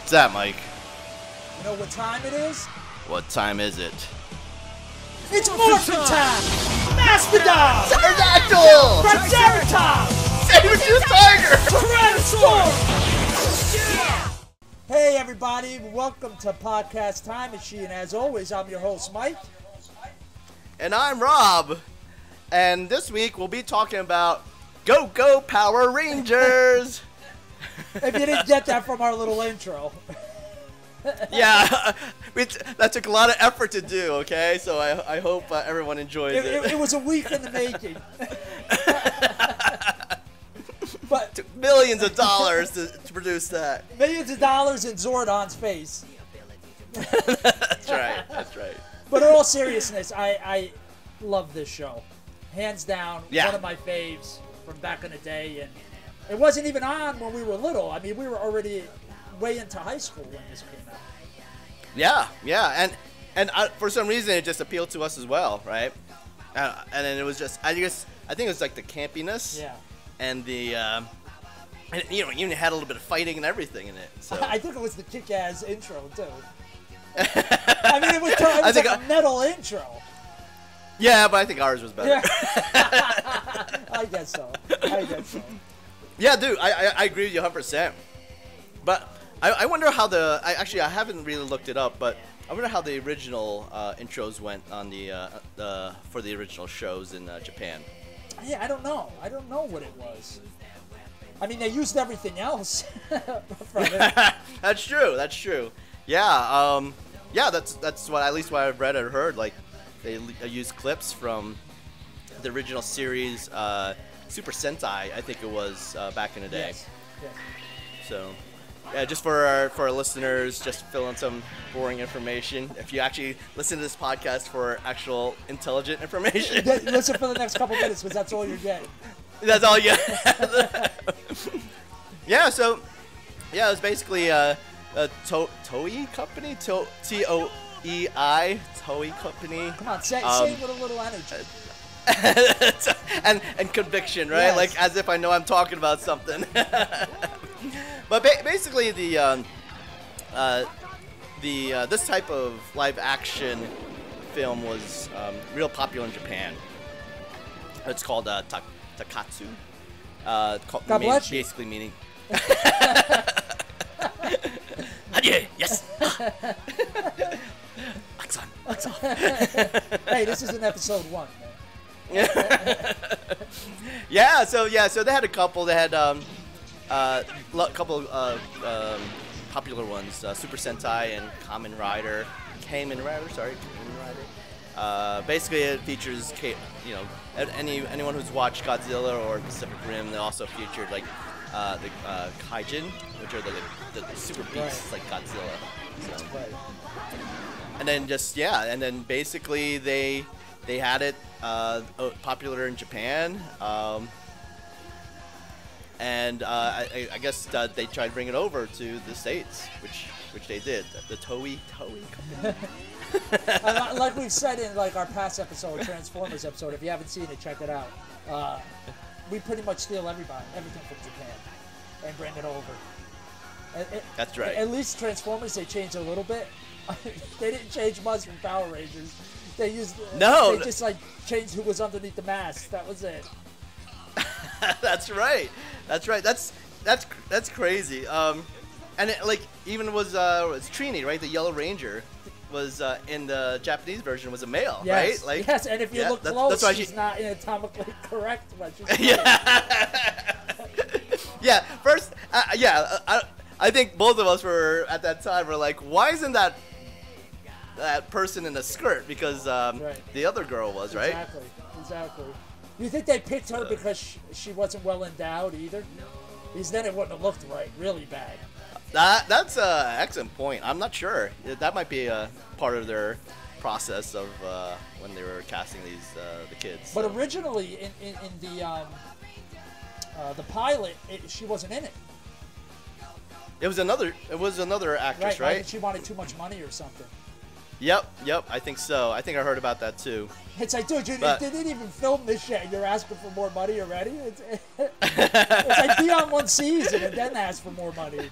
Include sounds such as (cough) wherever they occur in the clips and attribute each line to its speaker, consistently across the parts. Speaker 1: What's that, Mike?
Speaker 2: You know what time it is?
Speaker 1: What time is it?
Speaker 2: It's morphin' time! Mastodon!
Speaker 1: Pterodactyl!
Speaker 2: Triceratops!
Speaker 1: Saber-tooth tiger!
Speaker 2: Tyrannosaurus! Hey everybody, welcome to Podcast Time Machine. As always, I'm your host, Mike.
Speaker 1: And I'm Rob. And this week we'll be talking about Go Go Power Rangers.
Speaker 2: If you didn't get that from our little intro.
Speaker 1: (laughs) yeah, (laughs) we t- that took a lot of effort to do. Okay, so I, I hope uh, everyone enjoys
Speaker 2: It,
Speaker 1: it. (laughs)
Speaker 2: it- it was a week in the (laughs) making. but
Speaker 1: took millions of dollars to, to produce that.
Speaker 2: millions of dollars in Zordon's face.
Speaker 1: That's right. That's right.
Speaker 2: But in all seriousness, I, I love this show. Hands down,
Speaker 1: Yeah.
Speaker 2: one of my faves from back in the day. And it wasn't even on when we were little. I mean, we were already way into high school when this came out.
Speaker 1: Yeah, yeah, and and I, for some reason it just appealed to us as well, right? Uh, and then it was just I guess I think it was like the campiness
Speaker 2: Yeah.
Speaker 1: and the um, and you know it even had a little bit of fighting and everything in it. So
Speaker 2: (laughs) I think it was the kick ass intro, too. I mean, it
Speaker 1: (laughs)
Speaker 2: was, it was
Speaker 1: I think
Speaker 2: like a
Speaker 1: I-
Speaker 2: metal intro. (laughs)
Speaker 1: yeah, but I think ours was better.
Speaker 2: Yeah.
Speaker 1: Yeah,
Speaker 2: I guess so. I guess so.
Speaker 1: dude, I, I I agree with you 100. percent But I, I wonder how the I actually I haven't really looked it up, but I wonder how the original uh, intros went on the uh, uh, for the original shows in uh, Japan.
Speaker 2: Yeah, I don't know. I don't know what it was. I mean, they used everything else (laughs) from it.
Speaker 1: (laughs) that's true. That's true. Yeah. Um, yeah. That's that's what at least what I've read or heard. Like they l- use clips from the original series uh, Super Sentai. I think it was uh, back in the day. (laughs)
Speaker 2: Yes. yes.
Speaker 1: So. Yeah, just for our, for our listeners, just fill in some boring information. If you actually listen to this podcast for actual intelligent (laughs) information,
Speaker 2: Yeah, listen for the next couple minutes because that's all you're getting.
Speaker 1: That's all you. (laughs) yeah. So, yeah, it was basically uh, a to- Toei company, to- T O E I, Toei company,
Speaker 2: Come on, say,
Speaker 1: Um,
Speaker 2: say it with a little energy.
Speaker 1: (laughs) and and conviction, right?
Speaker 2: Yes.
Speaker 1: Like as if I know I'm talking about something. (laughs) but ba- basically, the um, uh, the uh, this type of live action film was um, real popular in Japan. It's called uh, tak- Takatsu. Uh, called,
Speaker 2: God
Speaker 1: mean-
Speaker 2: bless you. (laughs)
Speaker 1: Basically meaning. (laughs) Adieu, yes. Ah.
Speaker 2: (laughs)
Speaker 1: Aksan, Aksan.
Speaker 2: hey, this is an episode one. Man.
Speaker 1: Yeah, so yeah, so they had a couple. They had um, uh, lo- couple uh, um, popular ones: uh, Super Sentai and Kamen Rider. Kamen Rider, sorry, Kamen Rider. Uh, basically, it features Ka- you know a- any anyone who's watched Godzilla or Pacific Rim. They also featured like uh, the uh, Kaijin, which are the, the, the super beasts like Godzilla. So.
Speaker 2: But
Speaker 1: And then just yeah, and then basically they they had it uh, o- popular in Japan, um, and uh, I, I- I guess uh, they tried to bring it over to the states, which which they did. The Toei Toei. company. (laughs)
Speaker 2: and li- like we've said in like our past episode, Transformers episode, if you haven't seen it, check it out. Uh, we pretty much steal everybody, everything from Japan, and bring it over. At- at-
Speaker 1: That's right.
Speaker 2: At least Transformers, they changed a little bit. (laughs) they didn't change much from Power Rangers. They used
Speaker 1: No.
Speaker 2: They just like changed who was underneath the mask. That was it.
Speaker 1: that's right. That's right. That's that's cr- that's crazy. Um, and it, like even was uh was Trini right? The Yellow Ranger was uh, in the Japanese version was a male,
Speaker 2: Yes.
Speaker 1: right? Like
Speaker 2: yes, and if you
Speaker 1: yeah,
Speaker 2: look
Speaker 1: that's-
Speaker 2: close,
Speaker 1: that's why
Speaker 2: she's
Speaker 1: she-
Speaker 2: not anatomically (laughs) correct. But she's
Speaker 1: (laughs) yeah. yeah. First, uh, yeah. I, I think both of us were at that time were like, why isn't that that person in a skirt? Because um,
Speaker 2: Right.
Speaker 1: the other girl was right. Uh.
Speaker 2: Exactly. Exactly. You think they picked her because she, she wasn't well endowed either? Because then it wouldn't have looked right. Really bad.
Speaker 1: That that's an excellent point. I'm not sure. That might be a part of their process of uh, when they were casting these uh, the kids.
Speaker 2: But
Speaker 1: so.
Speaker 2: originally, in, in, in the um, uh, the pilot, it, she wasn't in it.
Speaker 1: it was another. It was another actress,
Speaker 2: Right.
Speaker 1: right?
Speaker 2: I think she wanted too much money or something.
Speaker 1: Yep. Yep. I think so. I think I heard about that too.
Speaker 2: It's like, dude, you,
Speaker 1: But-
Speaker 2: they didn't even film this shit. and You're asking for more (laughs)
Speaker 1: (laughs)
Speaker 2: money already. It's, it's like be on one season and then ask for more money.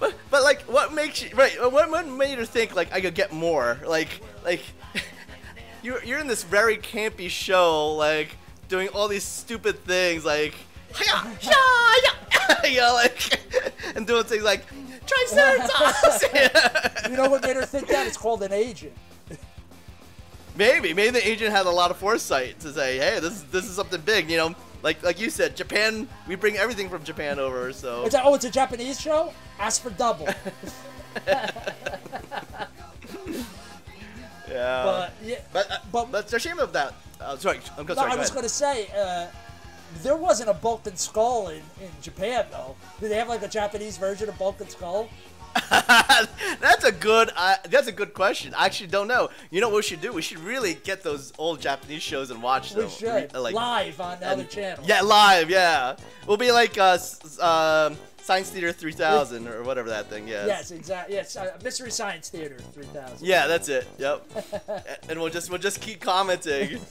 Speaker 1: But, but like, what makes you right? What, what made her think like I could get more? Like, like, (laughs) you're you're in this very campy show, like doing all these stupid things, like, hiya, hiya, (laughs) hiya, you know, like, (laughs) and doing things like Triceratops. (laughs)
Speaker 2: You know what made her think that? It's called an agent.
Speaker 1: Maybe, maybe the agent had a lot of foresight to say, hey, this is this is something big, you know. Like like you said, Japan, we bring everything from Japan over, so
Speaker 2: It's like, oh, it's a Japanese show. Ask for
Speaker 1: (laughs)
Speaker 2: double. (laughs)
Speaker 1: yeah.
Speaker 2: But yeah,
Speaker 1: But, uh,
Speaker 2: But-
Speaker 1: but that's a shame of that. Uh, sorry, I'm go-
Speaker 2: No,
Speaker 1: sorry.
Speaker 2: I
Speaker 1: go
Speaker 2: was
Speaker 1: ahead.
Speaker 2: going to say, uh, there wasn't a Bulkin Skull in, in Japan, though. Do they have like a Japanese version of Bulkin Skull?
Speaker 1: (laughs) that's a good. Uh, that's a good question. I actually don't know. You know what we should do? We should really get those old Japanese shows and watch
Speaker 2: We
Speaker 1: them.
Speaker 2: should.
Speaker 1: Re- uh, like-
Speaker 2: Live on the other
Speaker 1: and-
Speaker 2: channel.
Speaker 1: Yeah, live. Yeah, we'll be like uh, s- s- um Science Theater 3000 or whatever that thing. Yeah.
Speaker 2: Yes, exactly. Yes, uh, Mystery Science Theater 3000.
Speaker 1: Yeah, that's it. Yep.
Speaker 2: (laughs)
Speaker 1: A- and we'll just we'll just keep commenting. (laughs)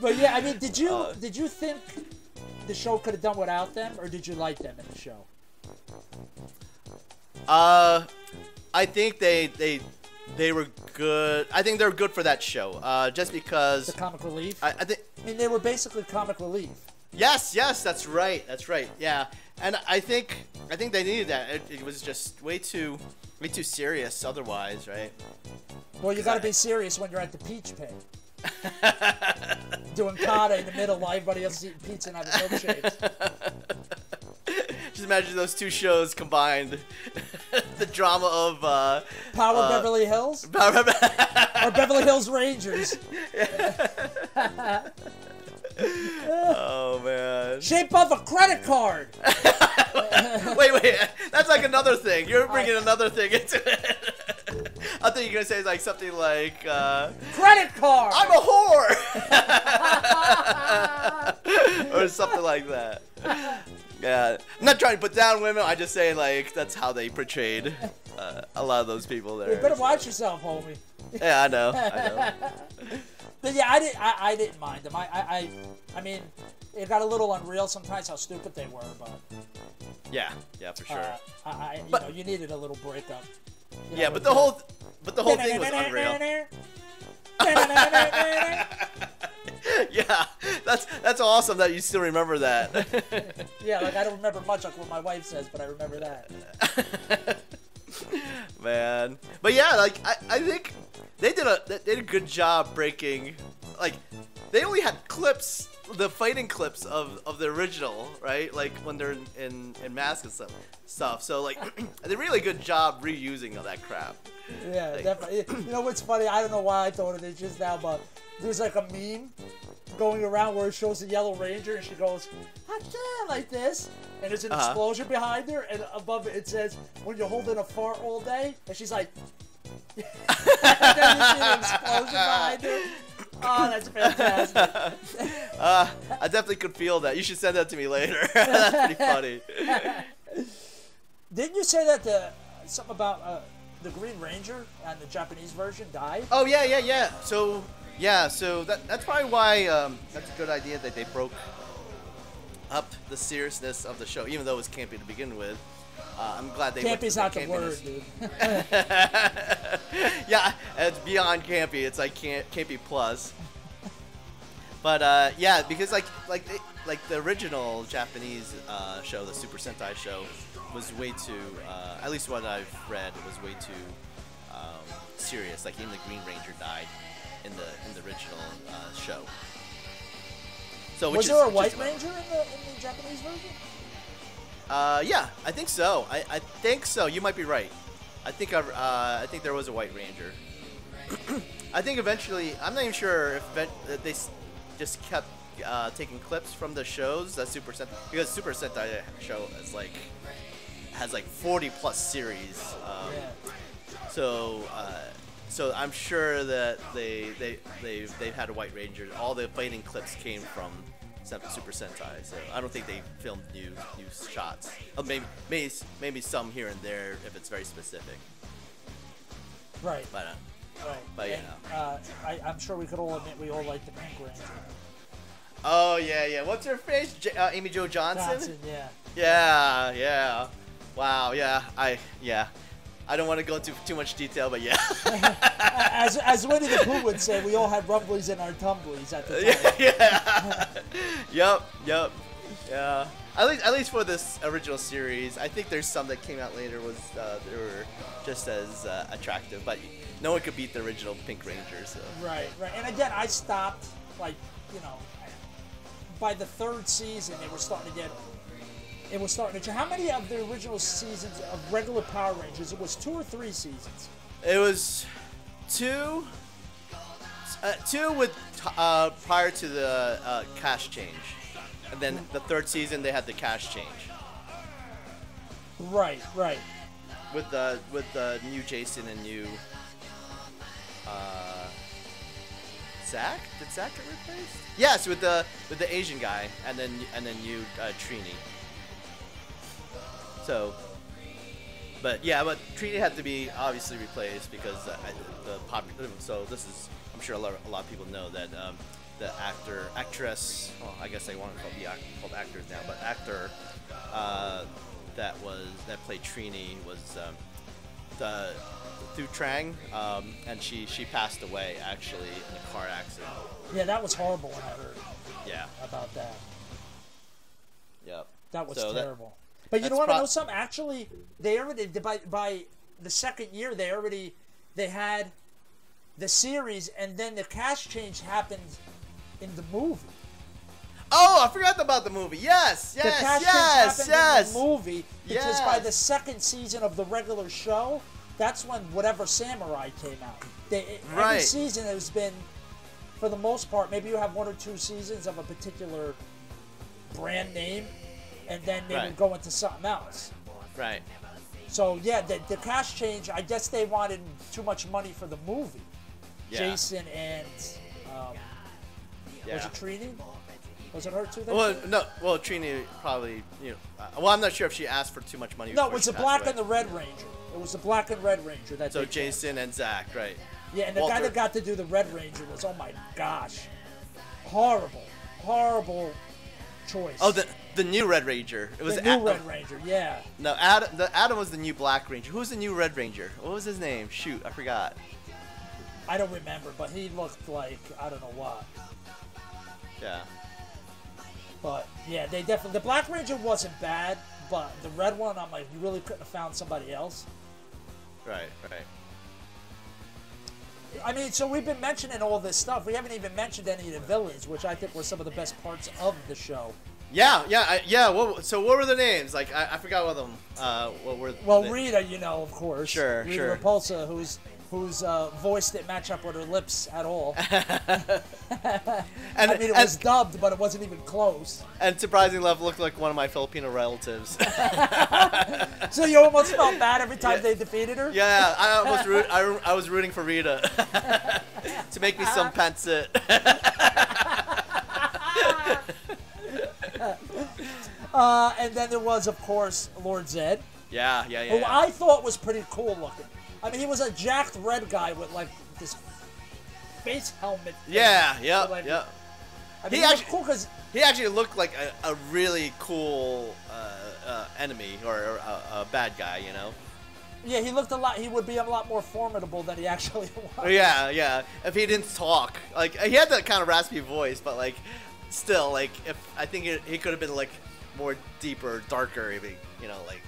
Speaker 2: But yeah, I mean, did you
Speaker 1: Uh,
Speaker 2: did you think the show could have done without them, or did you like them in the show?
Speaker 1: Uh, I think they they they were good. I think they're good for that show. Uh, just because
Speaker 2: The comic relief.
Speaker 1: I,
Speaker 2: I,
Speaker 1: I think
Speaker 2: mean, they were basically comic relief.
Speaker 1: Yes, yes, that's right, that's right, yeah. And I think I think they needed that. It, it was just way too way too serious otherwise, right? (laughs)
Speaker 2: Well, you got to be serious when you're at the peach pit. Doing kata in the middle while everybody else is eating pizza and having
Speaker 1: (laughs)
Speaker 2: milkshakes.
Speaker 1: Just imagine those two shows combined, (laughs) the drama of uh,
Speaker 2: Power Beverly
Speaker 1: (laughs)
Speaker 2: Hills
Speaker 1: Power-
Speaker 2: or Beverly Hills Rangers.
Speaker 1: oh man.
Speaker 2: Shape of a credit card.
Speaker 1: (laughs) Wait, wait, that's like another thing. You're bringing another thing into it. (laughs) I think you're gonna say like something like uh,
Speaker 2: Credit card.
Speaker 1: I'm a whore, (laughs) or something like that. Yeah, I'm not trying to put down women. I just say like that's how they portrayed uh, a lot of those people there.
Speaker 2: you better watch yourself, homie.
Speaker 1: Yeah, I know. I know.
Speaker 2: But yeah, I didn't. I, I didn't mind them. I, I, I, I mean, it got a little unreal sometimes how stupid they were, but
Speaker 1: Yeah, yeah, for sure.
Speaker 2: uh, I, I, you
Speaker 1: But-
Speaker 2: know, you needed a little breakup. You
Speaker 1: yeah,
Speaker 2: know,
Speaker 1: but the whole, but the whole thing
Speaker 2: (laughs)
Speaker 1: was unreal. yeah, that's that's awesome that you still remember that. (laughs)
Speaker 2: yeah, like I don't remember much like what my wife says, but I remember that.
Speaker 1: (laughs) man. But yeah, like I, I think they did a they did a good job breaking. Like they only had clips, the fighting clips of of the original, right? Like when they're in in, in mask and stuff stuff. So like (clears throat) they did a really good job reusing all that crap.
Speaker 2: Yeah, definitely. You know what's funny? I don't know why I thought of it just now, but there's like a meme going around where it shows the Yellow Ranger and she goes, "Hacha," like this, and there's an
Speaker 1: Uh-huh.
Speaker 2: explosion behind her, and above it it says, "When you're holding a fart all day," and she's like, (laughs) and then you see an explosion behind her. Oh, that's fantastic.
Speaker 1: (laughs) Uh, I definitely could feel that. You should send that to me later. (laughs) That's pretty funny.
Speaker 2: Didn't you say that the something about uh, the Green Ranger on the Japanese version died?
Speaker 1: Oh yeah, yeah, yeah. So yeah, so that that's probably why um, that's a good idea that they broke up the seriousness of the show, even though it was campy to begin with. Uh, I'm glad they went
Speaker 2: Campy's
Speaker 1: for
Speaker 2: not the word,
Speaker 1: campiness.
Speaker 2: dude.
Speaker 1: (laughs) yeah, it's beyond campy. It's like can't campy plus. But uh, yeah, because like like they, like the original Japanese uh, show, the Super Sentai show, was way too. Uh, at least what I've read, it was way too um, serious. Like even the Green Ranger died in the in the original uh, show. So which
Speaker 2: Was
Speaker 1: is,
Speaker 2: there a
Speaker 1: which
Speaker 2: White
Speaker 1: is-
Speaker 2: Ranger in the, in the Japanese version?
Speaker 1: Uh, yeah, I think so. I, I think so. You might be right. I think I, uh, I think there was a White Ranger. (clears throat) I think eventually, I'm not even sure if event, that they s- just kept uh, taking clips from the shows that Super Sentai because Super Sentai show is like has like 40 plus series. Um,
Speaker 2: Yeah.
Speaker 1: So, uh, so I'm sure that they they they've, they've had a White Ranger. All the fighting clips came from Sen- Super Sentai. So I don't think they filmed new new shots. Uh, maybe maybe maybe some here and there if it's very specific.
Speaker 2: Right.
Speaker 1: But uh,
Speaker 2: Right.
Speaker 1: But, you
Speaker 2: And, uh, I, I'm sure we could all admit we all like the Pink Ranger.
Speaker 1: oh yeah yeah, what's her face? J- uh, Amy Jo Johnson?
Speaker 2: Johnson, yeah.
Speaker 1: Yeah yeah. Wow. Yeah. I. Yeah. I don't want to go into too much detail, but yeah.
Speaker 2: As as Winnie the Pooh would say, we all had rumblies in our tumblies at the time.
Speaker 1: (laughs) yeah. yeah. yep. Yep. Yeah. At least, at least for this original series, I think there's some that came out later was uh, they were just as uh, attractive, but no one could beat the original Pink Ranger. So
Speaker 2: Right, right. And again, I stopped, like, you know, by the third season, it was starting to get. It was starting to. How many of the original seasons of regular Power Rangers? It was two or three seasons.
Speaker 1: it was two, uh, two with uh, prior to the uh, cash change, and then the third season they had the cash change
Speaker 2: Right, right.
Speaker 1: with the with the new Jason and new uh, Zach. Did Zach get replaced? Yes, with the with the Asian guy, and then and then new uh, Trini. So, but yeah, but Trini had to be obviously replaced because uh, I- the popular. So this is, I'm sure a lot, a lot of people know that um, the actor, actress, well, I guess they want to call be act- called actors now, but actor uh, that was that played Trini was um, the Thu Trang, um, and she she passed away actually in a car accident.
Speaker 2: Yeah, that was horrible when I heard
Speaker 1: Yeah.
Speaker 2: about that.
Speaker 1: Yep.
Speaker 2: That was
Speaker 1: So that-
Speaker 2: terrible. but you
Speaker 1: that's
Speaker 2: don't want to
Speaker 1: prob-
Speaker 2: know something? Actually, they already by by the second year they already they had the series, and then the cash change happened in the movie.
Speaker 1: Oh, I forgot about the movie. Yes,
Speaker 2: the
Speaker 1: yes,
Speaker 2: cash
Speaker 1: yes,
Speaker 2: change happened
Speaker 1: yes.
Speaker 2: in the movie because by
Speaker 1: Yes.
Speaker 2: the second season of the regular show, that's when whatever samurai came out. They, e, Every
Speaker 1: Right.
Speaker 2: season has been, for the most part, maybe you have one or two seasons of a particular brand name, and then maybe
Speaker 1: Right.
Speaker 2: go into something else.
Speaker 1: Right.
Speaker 2: So yeah, the, the cash change. I guess they wanted too much money for the movie.
Speaker 1: Yeah.
Speaker 2: Jason and um, was
Speaker 1: Yeah.
Speaker 2: it Trini? Was it her too? that
Speaker 1: Well,
Speaker 2: did it?
Speaker 1: no. Well, Trini probably. You know, uh, well, I'm not sure if she asked for too much money.
Speaker 2: No, it
Speaker 1: before
Speaker 2: was
Speaker 1: she
Speaker 2: the
Speaker 1: passed
Speaker 2: black
Speaker 1: away.
Speaker 2: and the red ranger. It was the black and red ranger that.
Speaker 1: So
Speaker 2: they called.
Speaker 1: Jason and Zach, right?
Speaker 2: Yeah, and the guy
Speaker 1: Walter.
Speaker 2: that got to do the red ranger was oh my gosh, horrible, horrible choice.
Speaker 1: Oh, the the new Red Ranger. It was
Speaker 2: The new
Speaker 1: Adam.
Speaker 2: red ranger. Yeah,
Speaker 1: No, Adam. The Adam was the new Black Ranger. Who was the new Red Ranger? What was his name? Shoot, I forgot.
Speaker 2: I don't remember, but he looked like I don't know what.
Speaker 1: Yeah.
Speaker 2: But yeah, they definitely the black ranger wasn't bad, but the red one I'm like you really couldn't have found somebody else.
Speaker 1: Right. Right.
Speaker 2: I mean, so we've been mentioning all this stuff. We haven't even mentioned any of the villains, which I think were some of the best parts of the show.
Speaker 1: Yeah, yeah, I, yeah. What, so what were the names? Like I, I forgot what them. Uh, what were?
Speaker 2: Well,
Speaker 1: the,
Speaker 2: Rita, you know, of course.
Speaker 1: Sure,
Speaker 2: Rita
Speaker 1: sure.
Speaker 2: Repulsa, who's whose uh, voice didn't match up with her lips at
Speaker 1: (laughs)
Speaker 2: all. I
Speaker 1: and,
Speaker 2: mean, it
Speaker 1: and-
Speaker 2: was dubbed, but it wasn't even close.
Speaker 1: and surprising love looked like one of my Filipino relatives. (laughs)
Speaker 2: So you almost felt bad every time
Speaker 1: Yeah.
Speaker 2: they defeated her.
Speaker 1: yeah, I almost root, I, I was rooting for Rita (laughs) to make me
Speaker 2: (laughs)
Speaker 1: some pancit.
Speaker 2: Uh, and then there was, of course, Lord Zed,
Speaker 1: yeah, yeah, yeah.
Speaker 2: who Oh, I thought was pretty cool looking. I mean, he was a jacked red guy with like this face helmet. thing.
Speaker 1: yeah, yeah,
Speaker 2: Like-
Speaker 1: yeah.
Speaker 2: I mean,
Speaker 1: He
Speaker 2: he, was
Speaker 1: actu-
Speaker 2: cool because
Speaker 1: He actually looked like a, a really cool uh, uh, enemy or, or a, a bad guy, you know.
Speaker 2: yeah, he looked a lot. He would be a lot more formidable than he (laughs) actually was.
Speaker 1: Yeah, yeah. If he didn't talk, like he had that kind of raspy voice, but like still, like if I think it, he could have been like more deeper, darker, if he, you know, like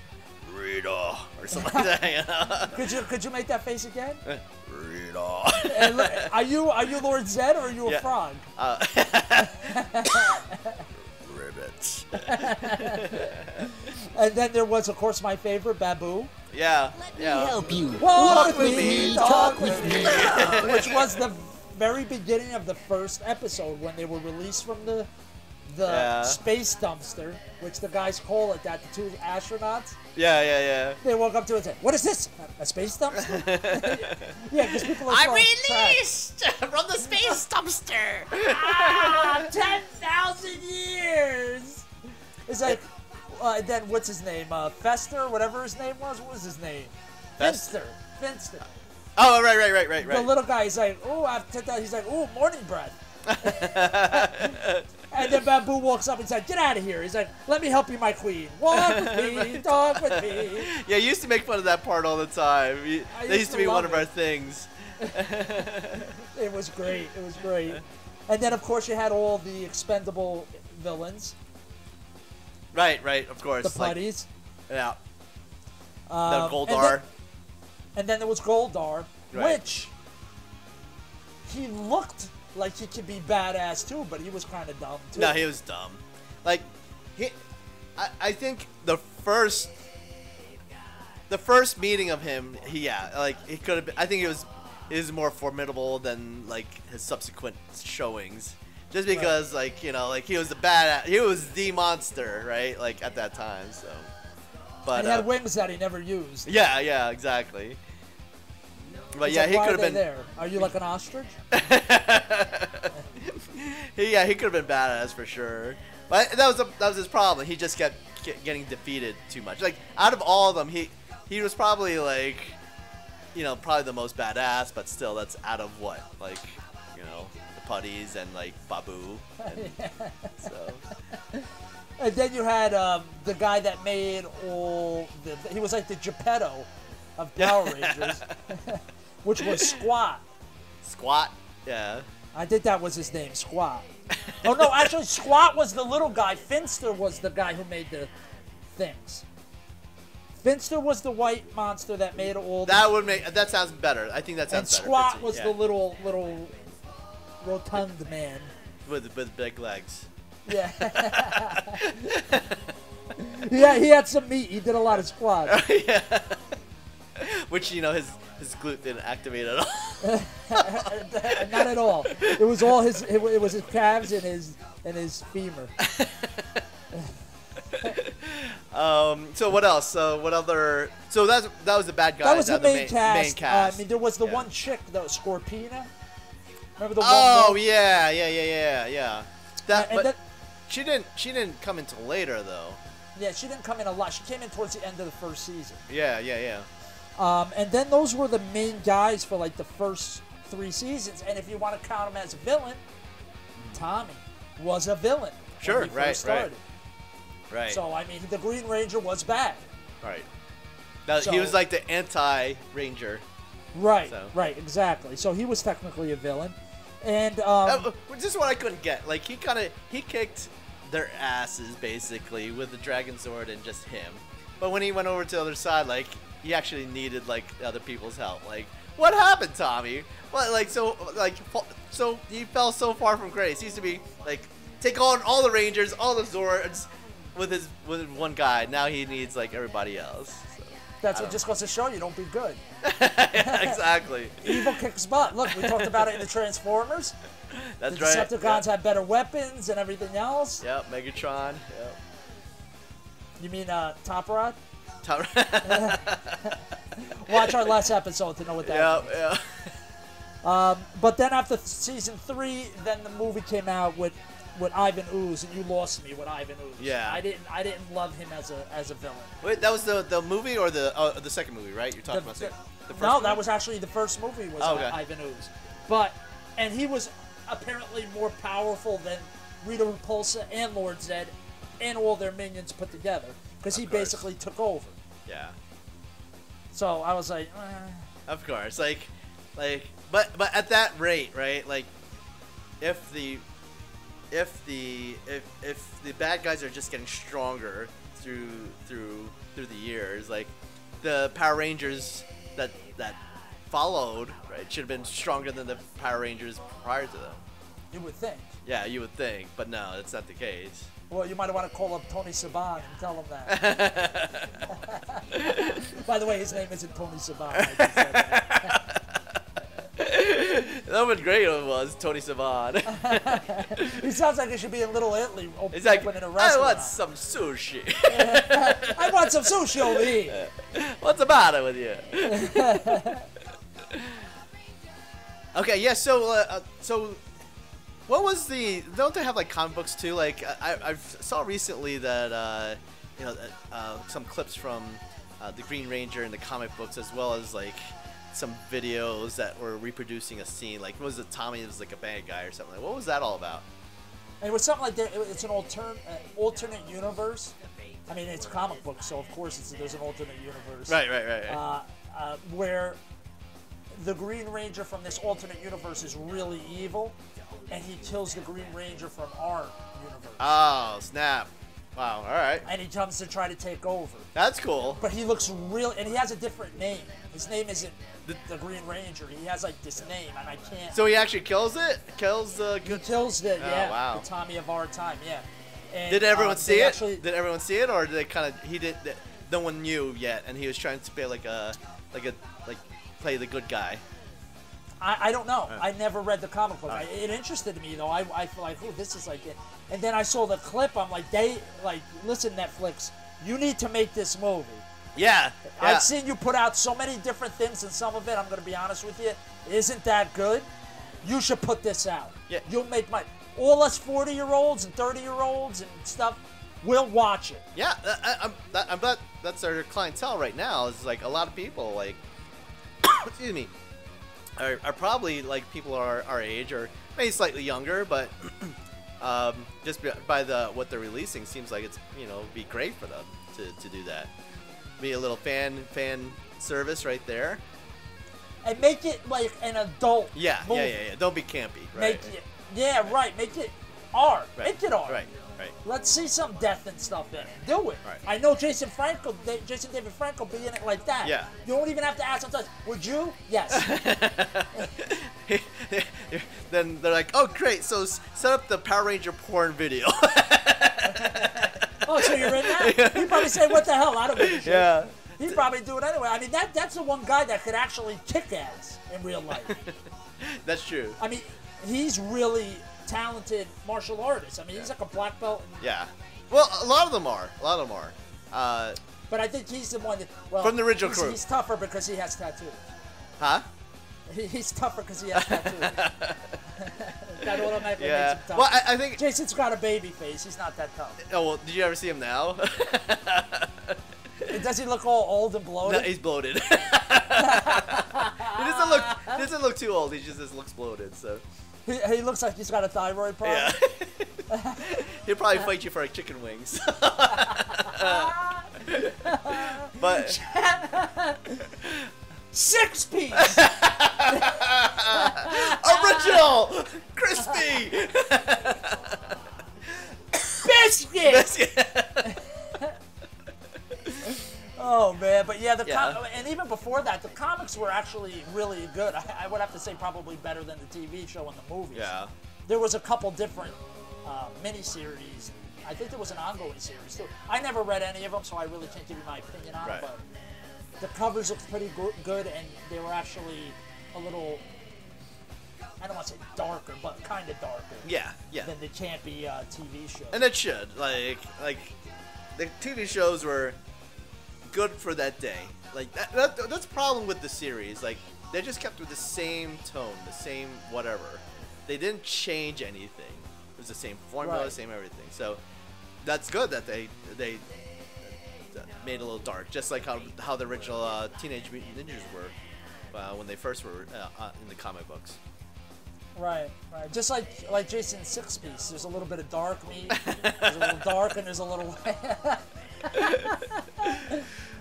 Speaker 1: Rita or something like that.
Speaker 2: Could you could you make that face
Speaker 1: (laughs)
Speaker 2: again?
Speaker 1: You know? Rita.
Speaker 2: And look, are you are you Lord Zed or are you a
Speaker 1: Yeah.
Speaker 2: frog?
Speaker 1: Uh, Ribbit.
Speaker 2: And then there was, of course, my favorite, Babu.
Speaker 1: Yeah.
Speaker 3: Let me
Speaker 1: yeah.
Speaker 3: help you.
Speaker 2: Walk
Speaker 1: with me,
Speaker 2: talk with me. (laughs) Which was the very beginning of the first episode when they were released from the the
Speaker 1: Yeah.
Speaker 2: space dumpster, which the guys call it that, the two astronauts.
Speaker 1: Yeah, yeah, yeah.
Speaker 2: They walk up to it and say, What is this? A, a space
Speaker 1: (laughs)
Speaker 2: dumpster? (laughs) yeah, because people are
Speaker 4: I
Speaker 2: throwing trash.
Speaker 4: released from the space dumpster.
Speaker 2: Ah, 10,000 years! It's like, uh, then what's his name? Uh, Fester, whatever his name was? What was his name?
Speaker 1: Fest-
Speaker 2: Finster. Finster.
Speaker 1: Oh, right, right, right, right,
Speaker 2: The
Speaker 1: right. (laughs)
Speaker 2: little guy, he's like, oh, I've 10,000. He's like, oh, morning breath. And then Bamboo walks up and said, "Get out of here." He's like, "Let me help you, my queen. Walk with me, talk with me."
Speaker 1: (laughs) Yeah, you used to make fun of that part all the time. You-
Speaker 2: I used
Speaker 1: That used to
Speaker 2: to
Speaker 1: be one
Speaker 2: love
Speaker 1: of our
Speaker 2: it.
Speaker 1: things.
Speaker 2: It was great. It was great. And then of course you had all the expendable villains,
Speaker 1: Right, right, of course.
Speaker 2: the
Speaker 1: like-
Speaker 2: putties,
Speaker 1: yeah, the
Speaker 2: um, and then-
Speaker 1: Goldar.
Speaker 2: And then there was Goldar,
Speaker 1: Right.
Speaker 2: which he looked like he could be badass too, but he was kind of dumb too.
Speaker 1: No, he was dumb. Like, he, I, I think the first, the first meeting of him, he, yeah, like he could have. been I think it was, is more formidable than like his subsequent showings, just because like you know like he was the bad, he was the monster, right? Like at that time, so. But
Speaker 2: and he
Speaker 1: uh,
Speaker 2: had wings that he never used.
Speaker 1: yeah, yeah, exactly. But
Speaker 2: It's
Speaker 1: yeah,
Speaker 2: like,
Speaker 1: he
Speaker 2: why
Speaker 1: could
Speaker 2: are
Speaker 1: have
Speaker 2: they
Speaker 1: been.
Speaker 2: there. Are you like an
Speaker 1: (laughs)
Speaker 2: ostrich?
Speaker 1: He- yeah, he could have been badass for sure. But that was a, that was his problem. He just kept ge- getting defeated too much. Like out of all of them, he he was probably like, you know, probably the most badass. But still, that's out of what like, you know, the putties and like Babu.
Speaker 2: (laughs)
Speaker 1: And, So
Speaker 2: And then you had um, the guy that made all the. He was like the Geppetto of Power
Speaker 1: (laughs)
Speaker 2: Rangers, (laughs) which was Squat.
Speaker 1: squat. Yeah.
Speaker 2: I think that was his name, Squat. Oh no, actually, Squat was the little guy. Finster was the guy who made the things. Finster was the white monster that made all.
Speaker 1: That would make that sounds better. I think that
Speaker 2: the, and
Speaker 1: sounds better.
Speaker 2: Squat
Speaker 1: Fitzy,
Speaker 2: was
Speaker 1: yeah.
Speaker 2: the little little rotund man.
Speaker 1: with with big legs. (laughs)
Speaker 2: Yeah. yeah, he had some meat. He did a lot of squats.
Speaker 1: (laughs) yeah. Which you know his his glute didn't activate at all.
Speaker 2: Not at all. It was all his. It, wa- it was his calves and his and his femur.
Speaker 1: Um, so what else? So what other? So that's that was the bad guy.
Speaker 2: That was the
Speaker 1: Uh, the
Speaker 2: main, cast. Uh,
Speaker 1: Main cast.
Speaker 2: I mean, there was the
Speaker 1: Yeah.
Speaker 2: one chick though, Scorpina. Remember the one?
Speaker 1: oh
Speaker 2: girl?
Speaker 1: yeah, yeah, yeah, yeah, yeah. That,
Speaker 2: And
Speaker 1: but
Speaker 2: that-
Speaker 1: she didn't. She didn't come until later though.
Speaker 2: yeah, she didn't come in a lot. She came in towards the end of the first season.
Speaker 1: Yeah, yeah, yeah.
Speaker 2: Um, and then those were the main guys for like the first three seasons. And if you want to count him as a villain, Tommy was a villain. when
Speaker 1: Sure,
Speaker 2: he first
Speaker 1: right, right.
Speaker 2: started.
Speaker 1: Right.
Speaker 2: So I mean, the Green Ranger was bad.
Speaker 1: right. That, he
Speaker 2: so-
Speaker 1: was like the anti ranger.
Speaker 2: Right,
Speaker 1: So-
Speaker 2: right, exactly. So he was technically a villain, and um,
Speaker 1: That Uh, w- Which is what I couldn't get. Like he kind of he kicked their asses basically with the dragon sword and just him. But when he went over to the other side, like he actually needed like other people's help. Like what happened, Tommy? What like so like fa- so he fell so far from grace. He used to be like take on all the rangers, all the zords with his with one guy. Now he needs like everybody else. So. (laughs)
Speaker 2: that's what
Speaker 1: I don't-
Speaker 2: just goes to show you don't be good.
Speaker 1: exactly.
Speaker 2: Evil kicks butt. Look, we talked about
Speaker 1: (laughs)
Speaker 2: it in the Transformers.
Speaker 1: That's
Speaker 2: The
Speaker 1: right.
Speaker 2: Decepticons
Speaker 1: yeah.
Speaker 2: had better weapons and everything else.
Speaker 1: Yep, Megatron. Yep.
Speaker 2: You mean uh, Top Rod? (laughs)
Speaker 1: Tom- (laughs)
Speaker 2: Watch our last episode to know what that.
Speaker 1: yep,
Speaker 2: means.
Speaker 1: yep.
Speaker 2: But then after season three, then the movie came out with with Ivan Ooze, and you lost me with Ivan Ooze.
Speaker 1: Yeah.
Speaker 2: I didn't. I didn't love him as a as a villain.
Speaker 1: Wait, that was the the movie or the uh, the second movie, right? You're talking
Speaker 2: The-
Speaker 1: about second,
Speaker 2: the-
Speaker 1: the first
Speaker 2: no,
Speaker 1: movie?
Speaker 2: that was actually the first movie was
Speaker 1: Oh, okay.
Speaker 2: I- Ivan Ooze, but and he was apparently more powerful than Rita Repulsa and Lord Zed and all their minions put together because he
Speaker 1: course.
Speaker 2: basically took over.
Speaker 1: yeah,
Speaker 2: So I was like, eh.
Speaker 1: of course. Like, like, but but at that rate, right? Like, if the if the if if the bad guys are just getting stronger through through through the years, like the Power Rangers that that followed, right, should have been stronger than the Power Rangers prior to them.
Speaker 2: you would think.
Speaker 1: Yeah, you would think, but no, that's not the case. (laughs)
Speaker 2: Well, you might want to call up Tony Saban and tell him that.
Speaker 1: (laughs)
Speaker 2: By the way, his name isn't Tony Saban. I just said that.
Speaker 1: That would great it was Tony Savan.
Speaker 2: He sounds like he should be in Little Italy op-
Speaker 1: It's like,
Speaker 2: opening a
Speaker 1: I
Speaker 2: restaurant.
Speaker 1: want some sushi. (laughs)
Speaker 2: I want some sushi over here.
Speaker 1: What's the matter with you? (laughs) okay, yeah. So, uh, uh, so, what was the? Don't they have like comic books too? Like, I, I I've saw recently that uh, you know that, uh, some clips from uh, the Green Ranger and the comic books, as well as like some videos that were reproducing a scene. Like, what was it Tommy was like a bad guy or something? Like, what was that all about?
Speaker 2: And it was something like that. it- It's an altern- uh, alternate universe. I mean, it's comic book, so of course it's, there's an alternate universe.
Speaker 1: Right, right, right. right.
Speaker 2: Uh, uh, where the Green Ranger from this alternate universe is really evil, and he kills the Green Ranger from our universe.
Speaker 1: oh snap! Wow. All right.
Speaker 2: and he comes to try to take over.
Speaker 1: That's cool.
Speaker 2: But he looks real, and he has a different name. His name isn't the, Green Ranger. He has like this name, and I can't.
Speaker 1: So he actually kills it. Kills uh, the.
Speaker 2: he kills the yeah
Speaker 1: Oh, wow.
Speaker 2: the Tommy of our time. Yeah. And,
Speaker 1: Did everyone
Speaker 2: uh,
Speaker 1: see
Speaker 2: they
Speaker 1: it?
Speaker 2: Actually,
Speaker 1: Did everyone see it, or did they kind of he did? th- No one knew yet, and he was trying to play like a, like a, like play the good guy.
Speaker 2: I, I don't know. I never read the comic book. I, it interested me though. I I feel like, oh, this is like it. And then I saw the clip. I'm like, they like, listen, Netflix, you need to make this movie.
Speaker 1: Yeah. yeah.
Speaker 2: I've seen you put out so many different things, and some of it, I'm gonna be honest with you, isn't that good. You should put this out.
Speaker 1: Yeah.
Speaker 2: You'll make money. All us 40 year olds and 30 year olds and stuff will watch it.
Speaker 1: Yeah, I, I, I'm. That, I'm glad that's our clientele right now. Is like a lot of people like, (coughs) excuse me, are, are probably like people our our age or maybe slightly younger, but (coughs) um, just by- by the what they're releasing seems like it's you know be great for them to, to do that. Be a little fan fan service right there.
Speaker 2: And make it like an adult
Speaker 1: Yeah,
Speaker 2: movie.
Speaker 1: yeah, yeah, yeah. Don't be campy. Right.
Speaker 2: Make it, yeah, right. Make it art.
Speaker 1: right.
Speaker 2: Make it art.
Speaker 1: Right. Right. (laughs)
Speaker 2: Let's see some death and stuff in it. Do it.
Speaker 1: Right.
Speaker 2: I know Jason Franco, Da- Jason David Franco, be in it like that.
Speaker 1: Yeah.
Speaker 2: You don't even have to ask him. to- Would you?
Speaker 1: (laughs)
Speaker 2: Yes.
Speaker 1: then they're like, oh great, so s- set up the Power Ranger porn video. (laughs)
Speaker 2: Oh, so you're in that? He probably said, "What the hell? I don't give a shit."
Speaker 1: yeah.
Speaker 2: He'd probably do it anyway. I mean, that that's the one guy that could actually kick ass in real life.
Speaker 1: That's true.
Speaker 2: I mean, he's really talented martial artist. I mean, he's like a black belt. And,
Speaker 1: Yeah. Well, a lot of them are. A lot of them are. Uh,
Speaker 2: but I think he's the one that well
Speaker 1: From the original
Speaker 2: he's,
Speaker 1: crew.
Speaker 2: He's tougher because he has tattoos.
Speaker 1: huh?
Speaker 2: He, he's tougher because he has
Speaker 1: (laughs)
Speaker 2: tattoos. (laughs) that automatically
Speaker 1: Yeah.
Speaker 2: makes him tough.
Speaker 1: Well, I, I think.
Speaker 2: Jason's got a baby face. He's not that tough.
Speaker 1: Oh well, did you ever see him now? (laughs)
Speaker 2: And Does he look all old and
Speaker 1: no,
Speaker 2: bloated?
Speaker 1: he's bloated. (laughs) he doesn't look. He doesn't look too old. He just, just looks bloated. So
Speaker 2: he, he looks like he's got a thyroid problem.
Speaker 1: yeah. (laughs) He'll probably fight you for like chicken wings. (laughs) but
Speaker 2: Six
Speaker 1: (laughs)
Speaker 2: piece.
Speaker 1: original, crispy. (laughs)
Speaker 2: biscuit. Oh man, but yeah, the
Speaker 1: Yeah.
Speaker 2: Com- and even before that, the comics were actually really good. I, I would have to say probably better than the TV show and the movies.
Speaker 1: yeah.
Speaker 2: There was a couple different uh, miniseries. I think there was an ongoing series too. I never read any of them, so I really can't give you my opinion on
Speaker 1: Right.
Speaker 2: it. But the covers looked pretty go- good, and they were actually a little. I don't want to say darker, but kind of darker
Speaker 1: Yeah. Yeah.
Speaker 2: than the campy uh, TV show.
Speaker 1: and it should like like the TV shows were good for that day. Like that, that that's the problem with the series. Like they just kept with the same tone, the same whatever. They didn't change anything. It was the same formula,
Speaker 2: Right.
Speaker 1: same everything. So that's good that they they uh, made it a little dark, just like how how the original uh, Teenage Mutant Ninjas were uh, when they first were uh, uh, in the comic books.
Speaker 2: Right, right. Just like like Jason's six piece, there's a little bit of dark meat, there's a little dark, and there's a little. (laughs)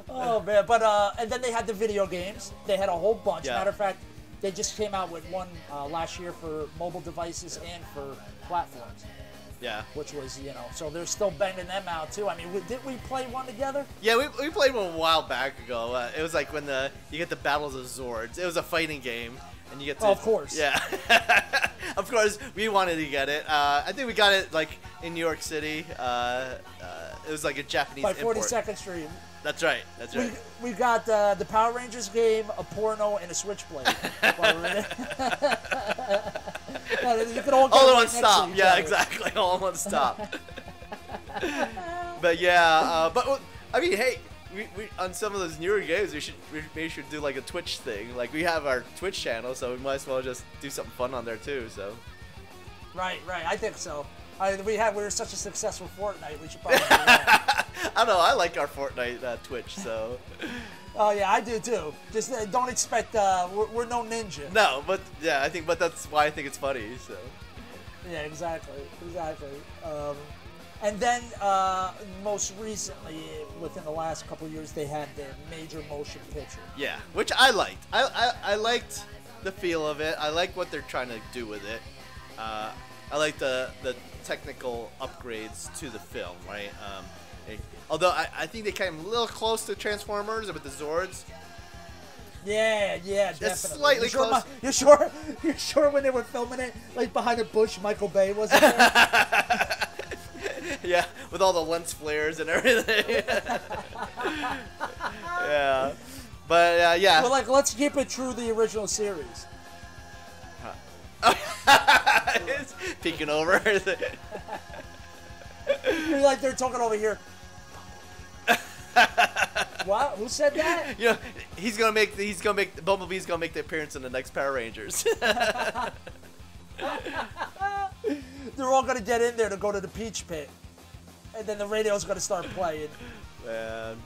Speaker 2: oh man, but uh, and then they had the video games. They had a whole bunch.
Speaker 1: Yeah.
Speaker 2: Matter of fact, they just came out with one uh, last year for mobile devices and for platforms,
Speaker 1: Yeah.
Speaker 2: which was you know. So they're still banging them out too. I mean, we, did we play one together?
Speaker 1: Yeah, we, we played one a while back ago. Uh, it was like when the you get the battles of Zords. It was a fighting game, and you get to.
Speaker 2: Oh, of course.
Speaker 1: Yeah. (laughs) of course, we wanted to get it. Uh, I think we got it like in New York City. Uh, uh, it was like a Japanese
Speaker 2: By Forty
Speaker 1: import.
Speaker 2: Second Street,
Speaker 1: That's right. That's
Speaker 2: we,
Speaker 1: right.
Speaker 2: we got uh, the Power Rangers game, a porno, and a
Speaker 1: (laughs)
Speaker 2: switchblade. while we were there. No, you could all get right
Speaker 1: All in one
Speaker 2: next to
Speaker 1: stop.
Speaker 2: each
Speaker 1: Yeah,
Speaker 2: other.
Speaker 1: exactly. (laughs) All in one stop. but yeah, uh, but uh, I mean, hey. We, we, on some of those newer games, we should we, we should do like a Twitch thing. Like we have our Twitch channel, so we might as well just do something fun on there too. So
Speaker 2: Right, right. I think so. I, we had we were such a successful Fortnite. We should probably. do
Speaker 1: (laughs)
Speaker 2: that.
Speaker 1: I don't know. I like our Fortnite uh, Twitch, so
Speaker 2: oh yeah, I do too. Just uh, don't expect. Uh, we're, we're no ninja.
Speaker 1: no. But yeah, I think. But that's why I think it's funny. So
Speaker 2: Yeah, exactly, exactly. Um, and then uh, most recently, within the last couple years, they had their major motion picture.
Speaker 1: Yeah, which I liked. I, I, I liked the feel of it. I like what they're trying to do with it. Uh, I like the the technical upgrades to the film, right? Um, it- although I, I think they came a little close to Transformers with the Zords. (laughs)
Speaker 2: Yeah, yeah, definitely.
Speaker 1: slightly
Speaker 2: you sure,
Speaker 1: close.
Speaker 2: Mi- you sure? (laughs) You sure when they were filming it, like behind a bush, Michael Bay wasn't
Speaker 1: (laughs)
Speaker 2: there?
Speaker 1: yeah, with all the lens flares and (laughs) everything. yeah, but uh, yeah.
Speaker 2: but like, let's keep it true to the original series.
Speaker 1: It's (laughs) peeking over. (laughs)
Speaker 2: You're like they're talking over
Speaker 1: (laughs)
Speaker 2: here. what? Who said that?
Speaker 1: you know, he's gonna make he's gonna make Bumblebee's gonna make the appearance in the next Power Rangers. (laughs)
Speaker 2: They're all gonna get in there to go to the peach pit, and then the radio's gonna start playing.
Speaker 1: Man.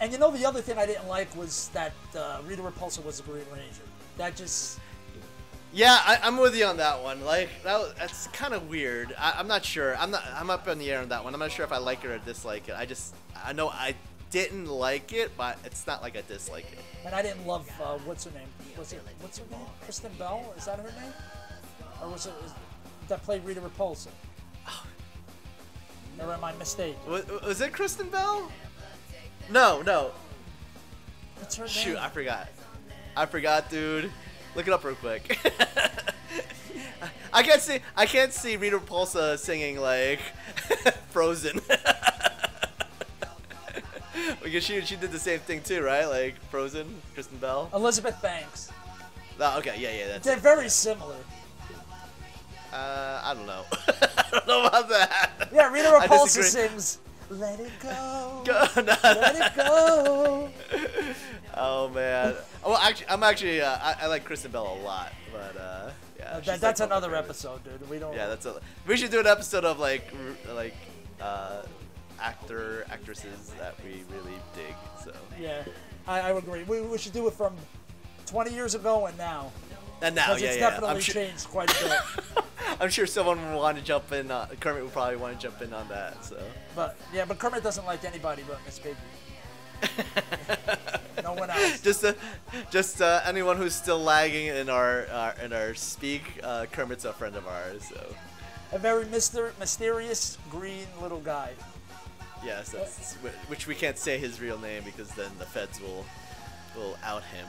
Speaker 2: And you know the other thing I didn't like was that uh, Rita Repulsa was a Green Ranger. That just
Speaker 1: Yeah, I, I'm with you on that one. Like that, was- that's kind of weird. I, I'm not sure. I'm not. I'm up in the air on that one. I'm not sure if I like it or dislike it. I just I know I didn't like it, but it's not like I dislike it.
Speaker 2: And I didn't love uh, what's her name? Was it what's her name? Kristen Bell? Is that her name? Or was it was, that played Rita Repulsa?
Speaker 1: Oh.
Speaker 2: Or am I mistaken?
Speaker 1: Was, was it Kristen Bell? No, no.
Speaker 2: What's her
Speaker 1: Shoot,
Speaker 2: name?
Speaker 1: I forgot. I forgot, dude. Look it up real quick. (laughs) I can't see. I can't see Rita Repulsa singing like (laughs) Frozen. (laughs) because she she did the same thing too, right? Like Frozen, Kristen Bell.
Speaker 2: Elizabeth Banks.
Speaker 1: Oh, okay, yeah, yeah, that's.
Speaker 2: They're very similar.
Speaker 1: Uh, I don't know. (laughs) I don't know about that.
Speaker 2: Yeah, Rita
Speaker 1: (laughs) I
Speaker 2: Repulsa
Speaker 1: disagree.
Speaker 2: sings "Let It Go,
Speaker 1: No,
Speaker 2: Let
Speaker 1: no.
Speaker 2: It
Speaker 1: (laughs)
Speaker 2: Go." Uh,
Speaker 1: Oh man. Well, actually, I'm actually uh, I, I like Kristen Bell a lot, but uh, yeah.
Speaker 2: Uh,
Speaker 1: she's,
Speaker 2: that,
Speaker 1: like,
Speaker 2: that's
Speaker 1: one of my
Speaker 2: another
Speaker 1: favorites.
Speaker 2: episode, dude. We don't.
Speaker 1: Yeah, that's a. We should do an episode of like r- like uh, actor actresses that we really dig. So
Speaker 2: Yeah, I, I agree. We, we should do it from 20 years ago and now,
Speaker 1: and now,
Speaker 2: because
Speaker 1: Oh, yeah,
Speaker 2: it's
Speaker 1: yeah.
Speaker 2: definitely
Speaker 1: I'm sure,
Speaker 2: changed quite a bit.
Speaker 1: I'm sure someone will want to jump in. Uh, Kermit would probably want to jump in on that. So
Speaker 2: But yeah, but Kermit doesn't like anybody but Miss
Speaker 1: (laughs)
Speaker 2: Piggy. no one else.
Speaker 1: just uh, just uh, anyone who's still lagging in our uh, in our speak, uh, Kermit's a friend of ours. So
Speaker 2: A very myster- mysterious green little guy.
Speaker 1: yes, that's, wh- which we can't say his real name because then the feds will will out him.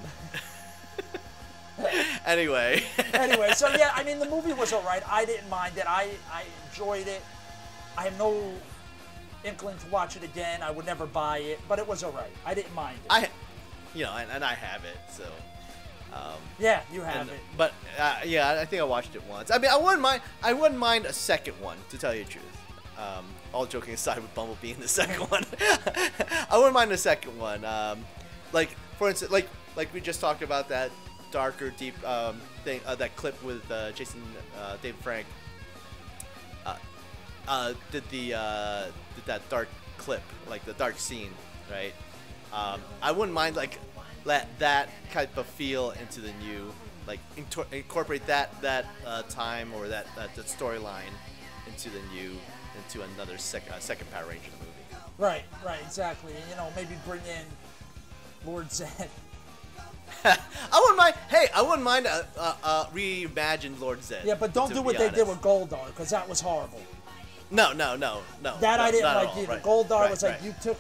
Speaker 1: (laughs) anyway.
Speaker 2: Anyway, so yeah, I mean the movie was alright. I didn't mind it. I I enjoyed it. I have no inkling to watch it again. I would never buy it, but it was alright. I didn't mind it.
Speaker 1: I, you know, and, and I have it. So,
Speaker 2: yeah, you have
Speaker 1: and,
Speaker 2: it.
Speaker 1: but uh, yeah, I think I watched it once. I mean, I wouldn't mind. I wouldn't mind a second one, to tell you the truth. Um, all joking aside, with Bumblebee in the (laughs) second one, I wouldn't mind the second one. Um, like for instance, like like we just talked about that darker, deep um, thing, uh, that clip with uh, Jason, uh, David Frank. Uh, uh, did the uh, did that dark clip, like the dark scene, right? Um, I wouldn't mind like let that type of feel into the new, like intor- incorporate that that uh, time or that that, that storyline into the new into another sec- uh, second Power Ranger movie.
Speaker 2: Right, right, exactly. And you know, maybe bring in Lord Zed. (laughs)
Speaker 1: I wouldn't mind. Hey, I wouldn't mind a, a, a reimagined Lord Zed.
Speaker 2: Yeah, but don't
Speaker 1: to
Speaker 2: do
Speaker 1: be
Speaker 2: what they did
Speaker 1: honest.
Speaker 2: with Goldar, because that was horrible.
Speaker 1: No, no, no, no.
Speaker 2: That
Speaker 1: no,
Speaker 2: I didn't
Speaker 1: not at
Speaker 2: like
Speaker 1: all,
Speaker 2: either.
Speaker 1: right,
Speaker 2: Goldar
Speaker 1: right,
Speaker 2: was like,
Speaker 1: right.
Speaker 2: you took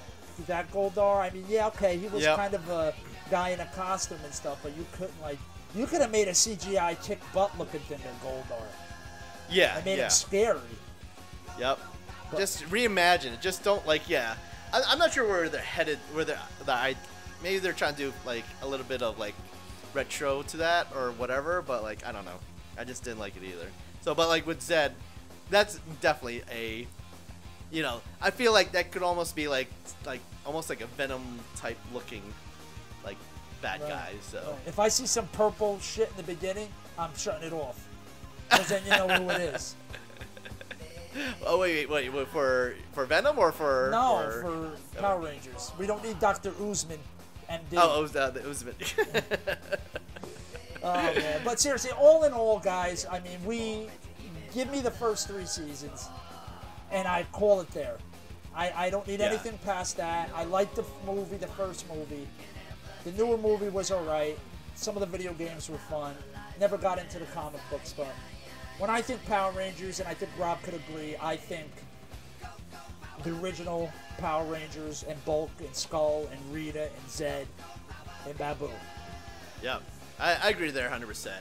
Speaker 2: that Goldar. I mean, yeah, okay, he was
Speaker 1: Yep.
Speaker 2: kind of a guy in a costume and stuff, but you couldn't like, you could have made a CGI kick butt looking thing in Goldar.
Speaker 1: Yeah,
Speaker 2: I made
Speaker 1: Uh, yeah.
Speaker 2: him scary.
Speaker 1: Yep. Just reimagine it. Just don't like. Yeah, I, I'm not sure where they're headed. Where they're the I maybe they're trying to do like a little bit of like retro to that or whatever. But like I don't know. I just didn't like it either. So, but like with Zed, that's definitely a. You know, I feel like that could almost be like like almost like a Venom type looking like bad
Speaker 2: Right,
Speaker 1: guy. So.
Speaker 2: right. If I see some purple shit in the beginning, I'm shutting it off. Because then you know who it is.
Speaker 1: (laughs) Oh wait, wait, wait, wait for for Venom or for
Speaker 2: No,
Speaker 1: or-
Speaker 2: for Power Rangers. We don't need Dr. Uzman, MD.
Speaker 1: (laughs) Oh, it was, uh, it was a bit.
Speaker 2: Oh man! But seriously, all in all, guys, I mean, we give me the first three seasons, and I call it there. I, I don't need
Speaker 1: Yeah.
Speaker 2: anything past that. I liked the f- movie, the first movie. The newer movie was all right. Some of the video games were fun. Never got into the comic books, but when I think Power Rangers, and I think Rob could agree, I think the original Power Rangers and Bulk and Skull and Rita and Zed and Babu.
Speaker 1: Yeah, I, I agree there 100%.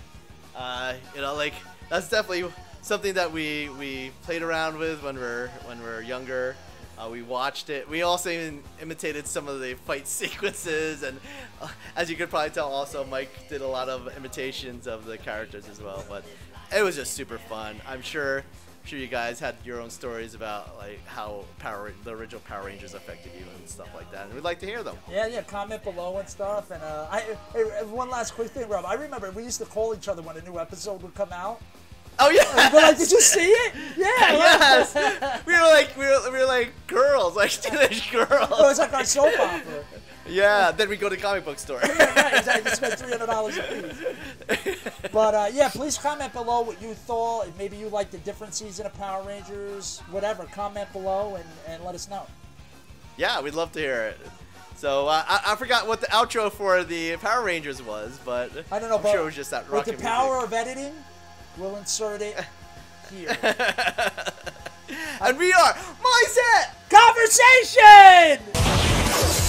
Speaker 1: Uh, you know, like that's definitely something that we we played around with when we're when we're younger. Uh, we watched it. We also even imitated some of the fight (laughs) sequences, and uh, as you could probably tell, also Mike did a lot of imitations of the characters as well. But it was just super fun. I'm sure, I'm sure you guys had your own stories about like how Power the original Power Rangers affected you and stuff like that, and we'd like to hear them.
Speaker 2: Yeah, yeah. Comment below and stuff. And uh, I hey, hey, one last quick thing, Rob. I remember we used to call each other when a new episode would come
Speaker 1: (laughs)
Speaker 2: out.
Speaker 1: Oh yeah.
Speaker 2: We'd
Speaker 1: (laughs)
Speaker 2: be like, "Did you see it? Yeah."
Speaker 1: yes. We were like we were, we were like girls, like teenage
Speaker 2: It was
Speaker 1: (laughs) girls.
Speaker 2: like our soap opera.
Speaker 1: Yeah. Then we go to comic book store. (laughs)
Speaker 2: Right, exactly. You spent three hundred dollars a piece. But uh, yeah, please comment below what you thought. and Maybe you liked a different season of Power Rangers. Whatever. Comment below and, and let us know.
Speaker 1: yeah, we'd love to hear it. So uh, I, I forgot what the outro for the Power Rangers was, but
Speaker 2: I don't know,
Speaker 1: am
Speaker 2: but
Speaker 1: sure it was just that
Speaker 2: With the
Speaker 1: rockin'
Speaker 2: power of editing, we'll insert
Speaker 1: (laughs)
Speaker 2: it here.
Speaker 1: music. And we are my set.
Speaker 2: Conversation.